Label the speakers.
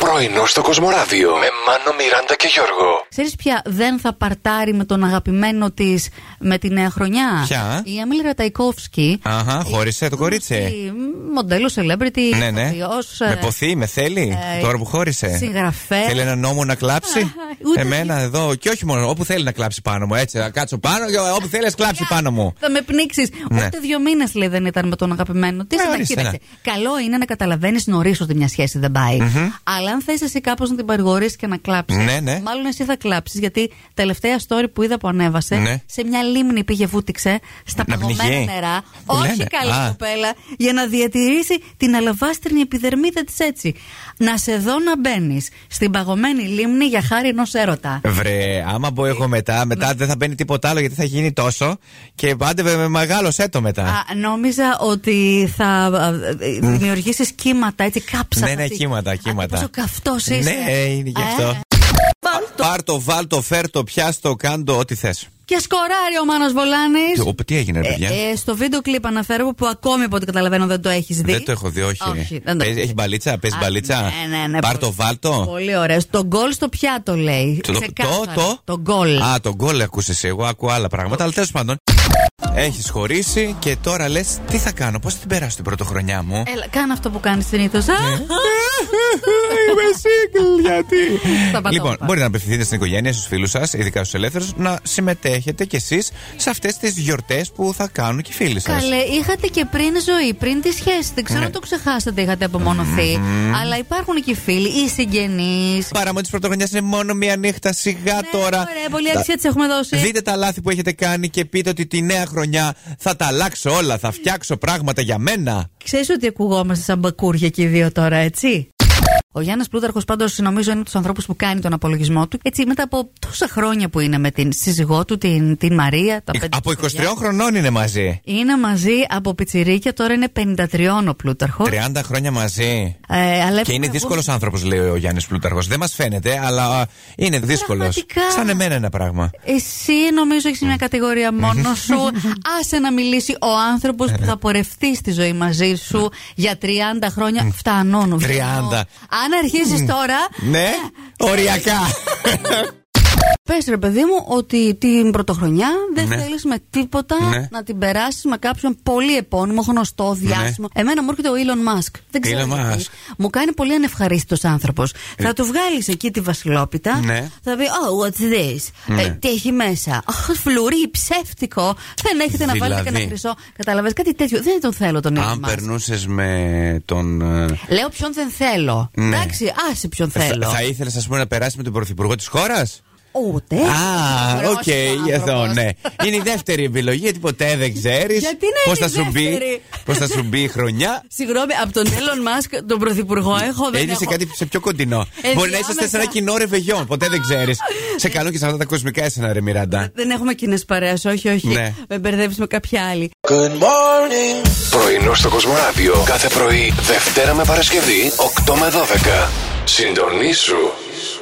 Speaker 1: Πρωινό στο Κοσμοράδιο με Μάνο, Μιράντα και Γιώργο.
Speaker 2: Ξέρεις πια δεν θα παρτάρει με τον αγαπημένο της με τη νέα χρονιά.
Speaker 3: Ποια?
Speaker 2: Η Αμίλη Ραταϊκόφσκι.
Speaker 3: Αχα, χώρισε το κορίτσι.
Speaker 2: Η Μοντέλο, celebrity,
Speaker 3: Ναι, ναι.
Speaker 2: ηθοποιός, Ε, ε,
Speaker 3: Με ποθεί, με θέλει.
Speaker 2: ε,
Speaker 3: Τώρα που χώρισε.
Speaker 2: συγγραφέας.
Speaker 3: Θέλει έναν νόμο να κλάψει.
Speaker 2: Ούτε
Speaker 3: Εμένα εδώ. Και όχι μόνο. Όπου θέλει να κλάψει πάνω μου. Έτσι, να κάτσω πάνω και όπου θέλει να κλάψει πάνω μου.
Speaker 2: Θα με πνίξεις.
Speaker 3: Ναι.
Speaker 2: Ούτε δύο μήνες λέει δεν ήταν με τον αγαπημένο τη.
Speaker 3: Ε,
Speaker 2: Ε,
Speaker 3: ορίστε,
Speaker 2: κοίταξε. Καλό είναι να καταλαβαίνεις νωρίς ότι μια σχέση δεν πάει. Αλλά αν θες εσύ κάπως να την παρηγορήσεις και να κλάψεις.
Speaker 3: Ναι, ναι.
Speaker 2: Μάλλον εσύ θα κλάψεις. Γιατί τελευταία story που είδα που ανέβασε
Speaker 3: Ναι.
Speaker 2: σε μια λίμνη πήγε βούτυξε στα
Speaker 3: Να
Speaker 2: παγωμένα
Speaker 3: πνιγεί.
Speaker 2: νερά.
Speaker 3: Που
Speaker 2: όχι
Speaker 3: λένε.
Speaker 2: καλή
Speaker 3: Α.
Speaker 2: κοπέλα. Για να διατηρήσει την αλαβάστρινη επιδερμίδα της έτσι. Να σε δω να μπαίνεις στην παγωμένη λίμνη για χάρη ενός έρωτα.
Speaker 3: Βρε, άμα μπω εγώ μετά, μετά δεν θα μπαίνει τίποτα άλλο γιατί θα έχει γίνει τόσο. Και πάντε με μεγάλο έτο μετά.
Speaker 2: Α, νόμιζα ότι θα δημιουργήσεις κύματα, έτσι κάψα.
Speaker 3: Ναι, ναι,
Speaker 2: αυτή.
Speaker 3: κύματα, κύματα.
Speaker 2: Α, Πόσο καυτός είσαι.
Speaker 3: Ναι, είναι γι'
Speaker 2: Ε, λοιπόν,
Speaker 3: αυτό. Πάρτο, βάλτο, φέρτο, πιάστο, κάντο, ό,τι θες.
Speaker 2: Και σκοράρει ο Μάνος Βολάνης.
Speaker 3: Τι έγινε, ρε παιδιά.
Speaker 2: ε, στο βίντεο κλιπ αναφέρω που ακόμη από ό,τι καταλαβαίνω δεν το έχεις δει.
Speaker 3: Δεν το έχω δει, όχι.
Speaker 2: Όχι, δεν το
Speaker 3: Παίζει-
Speaker 2: έχω
Speaker 3: έχει μπαλίτσα, παίζει
Speaker 2: Α,
Speaker 3: μπαλίτσα.
Speaker 2: ναι, ναι, ναι,
Speaker 3: Πάρτο,
Speaker 2: πολύ-
Speaker 3: βάλτο.
Speaker 2: Πολύ ωραίο. Το γκολ στο πιάτο λέει.
Speaker 3: Το,
Speaker 2: Ξεκάθαρα.
Speaker 3: το,
Speaker 2: Το γκολ.
Speaker 3: Α, το γκολ ακούσες εγώ. Ακούω άλλα πράγματα. Αλλά τέλος πάντων. Έχεις χωρίσει και τώρα λες τι θα κάνω, πώς την περάσω την πρωτοχρονιά μου.
Speaker 2: Έλα, κάνε αυτό που κάνεις συνήθως.
Speaker 3: Ναι. Είμαι single, γιατί.
Speaker 2: Σταματώ,
Speaker 3: λοιπόν,
Speaker 2: πας.
Speaker 3: μπορεί να απευθυνθείτε στην οικογένεια, στους φίλους σας, ειδικά στους ελεύθερους, να συμμετέχετε κι εσείς σε αυτές τις γιορτές που θα κάνουν και οι φίλοι σας.
Speaker 2: Καλέ, είχατε και πριν ζωή, πριν τη σχέση. Δεν
Speaker 3: Ναι.
Speaker 2: ξέρω αν το ξεχάσατε, είχατε απομονωθεί.
Speaker 3: Mm-hmm.
Speaker 2: Αλλά υπάρχουν και οι φίλοι, οι συγγενείς.
Speaker 3: Παρά της πρωτοχρονιάς είναι μόνο μία νύχτα, σιγά
Speaker 2: Ναι,
Speaker 3: τώρα.
Speaker 2: Ωραία, πολύ
Speaker 3: Τα-
Speaker 2: αξία τη έχουμε δώσει.
Speaker 3: Δείτε τα λάθη που έχετε κάνει και πείτε ότι τη νέα χρονιά θα τα αλλάξω όλα, θα φτιάξω πράγματα για μένα.
Speaker 2: Ξέρεις ότι ακουγόμαστε σαν μπακούρια και οι δύο τώρα, έτσι. Ο Γιάννης Πλούταρχος, πάντως, νομίζω είναι από τους ανθρώπους που κάνει τον απολογισμό του. Έτσι, μετά από τόσα χρόνια που είναι με την σύζυγό του, την, την Μαρία, τα
Speaker 3: Ε,
Speaker 2: πέντε
Speaker 3: Από
Speaker 2: της
Speaker 3: 23
Speaker 2: παιδιά.
Speaker 3: χρονών είναι μαζί.
Speaker 2: Είναι μαζί από πιτσιρίκια, τώρα είναι 53 ο Πλούταρχος.
Speaker 3: 30 χρόνια μαζί.
Speaker 2: Ε, αλλά
Speaker 3: Και είναι δύσκολος άνθρωπος, λέει ο Γιάννης Πλούταρχος. Δεν μας φαίνεται, αλλά α, είναι δύσκολο.
Speaker 2: Πραγματικά.
Speaker 3: Σαν εμένα ένα πράγμα.
Speaker 2: Εσύ νομίζω έχεις μια κατηγορία μόνος σου. Άσε να μιλήσει ο άνθρωπος που θα πορευτεί στη ζωή μαζί σου για 30 χρόνια. Φτανώνω.
Speaker 3: 30.
Speaker 2: Αν αρχίσεις τώρα,
Speaker 3: Ναι, οριακά.
Speaker 2: Πες ρε παιδί μου ότι την πρωτοχρονιά δεν
Speaker 3: Ναι.
Speaker 2: θέλεις με τίποτα
Speaker 3: Ναι.
Speaker 2: να την περάσεις με κάποιον πολύ επώνυμο, γνωστό, διάσημο. Εμένα μου έρχεται ο Elon Musk. Δεν ξέρω.
Speaker 3: Elon
Speaker 2: γιατί.
Speaker 3: Musk. Ε.
Speaker 2: Μου κάνει πολύ ανευχαρίστητος άνθρωπος. Θα του βγάλεις εκεί τη Βασιλόπιτα.
Speaker 3: Ναι.
Speaker 2: Θα πει, Oh, what's this? Ε, τι έχει μέσα. Αχ, φλουρί, ψεύτικο. Δεν έχετε να βάλετε
Speaker 3: Δηλαδή.
Speaker 2: κανένα χρυσό. Καταλαβες κάτι τέτοιο. Δεν τον θέλω τον
Speaker 3: Αν
Speaker 2: Elon Musk.
Speaker 3: περνούσες με τον. ε,
Speaker 2: Λέω ποιον δεν θέλω.
Speaker 3: Ναι.
Speaker 2: Εντάξει, άσε ποιον θέλω.
Speaker 3: Θα, θα ήθελες, ας πούμε, να περάσεις με τον πρωθυπουργό της χώρας.
Speaker 2: Ούτε.
Speaker 3: Α,
Speaker 2: Ωραίος
Speaker 3: οκ, εδώ,
Speaker 2: άνθρωπος.
Speaker 3: ναι. Είναι η δεύτερη επιλογή, γιατί ποτέ δεν ξέρεις
Speaker 2: Γιατί να
Speaker 3: πώς
Speaker 2: είναι
Speaker 3: θα,
Speaker 2: η
Speaker 3: σου μπει-
Speaker 2: δεύτερη?
Speaker 3: πώς θα σου μπει η χρονιά.
Speaker 2: Συγγνώμη, από τον Έλλον Μάσκ, τον Πρωθυπουργό, έχω δεν
Speaker 3: Είναι σε
Speaker 2: έχω.
Speaker 3: κάτι σε πιο κοντινό.
Speaker 2: Ενδιάμεσα. Ε,
Speaker 3: Μπορεί να είσαστε σε ένα κοινό ρεβεγιόν, ποτέ δεν ξέρεις. σε καλό και σε αυτά τα κοσμικά έσαινα, ρε Μιράντα.
Speaker 2: Δεν έχουμε κοινές παρέε, όχι, όχι.
Speaker 3: Ναι.
Speaker 2: Με μπερδεύει με κάποια άλλη.
Speaker 1: Πρωινό στο Κοσμοράδιο κάθε πρωί, Δευτέρα με Παρασκευή, 8 με 12. Συντονίσου.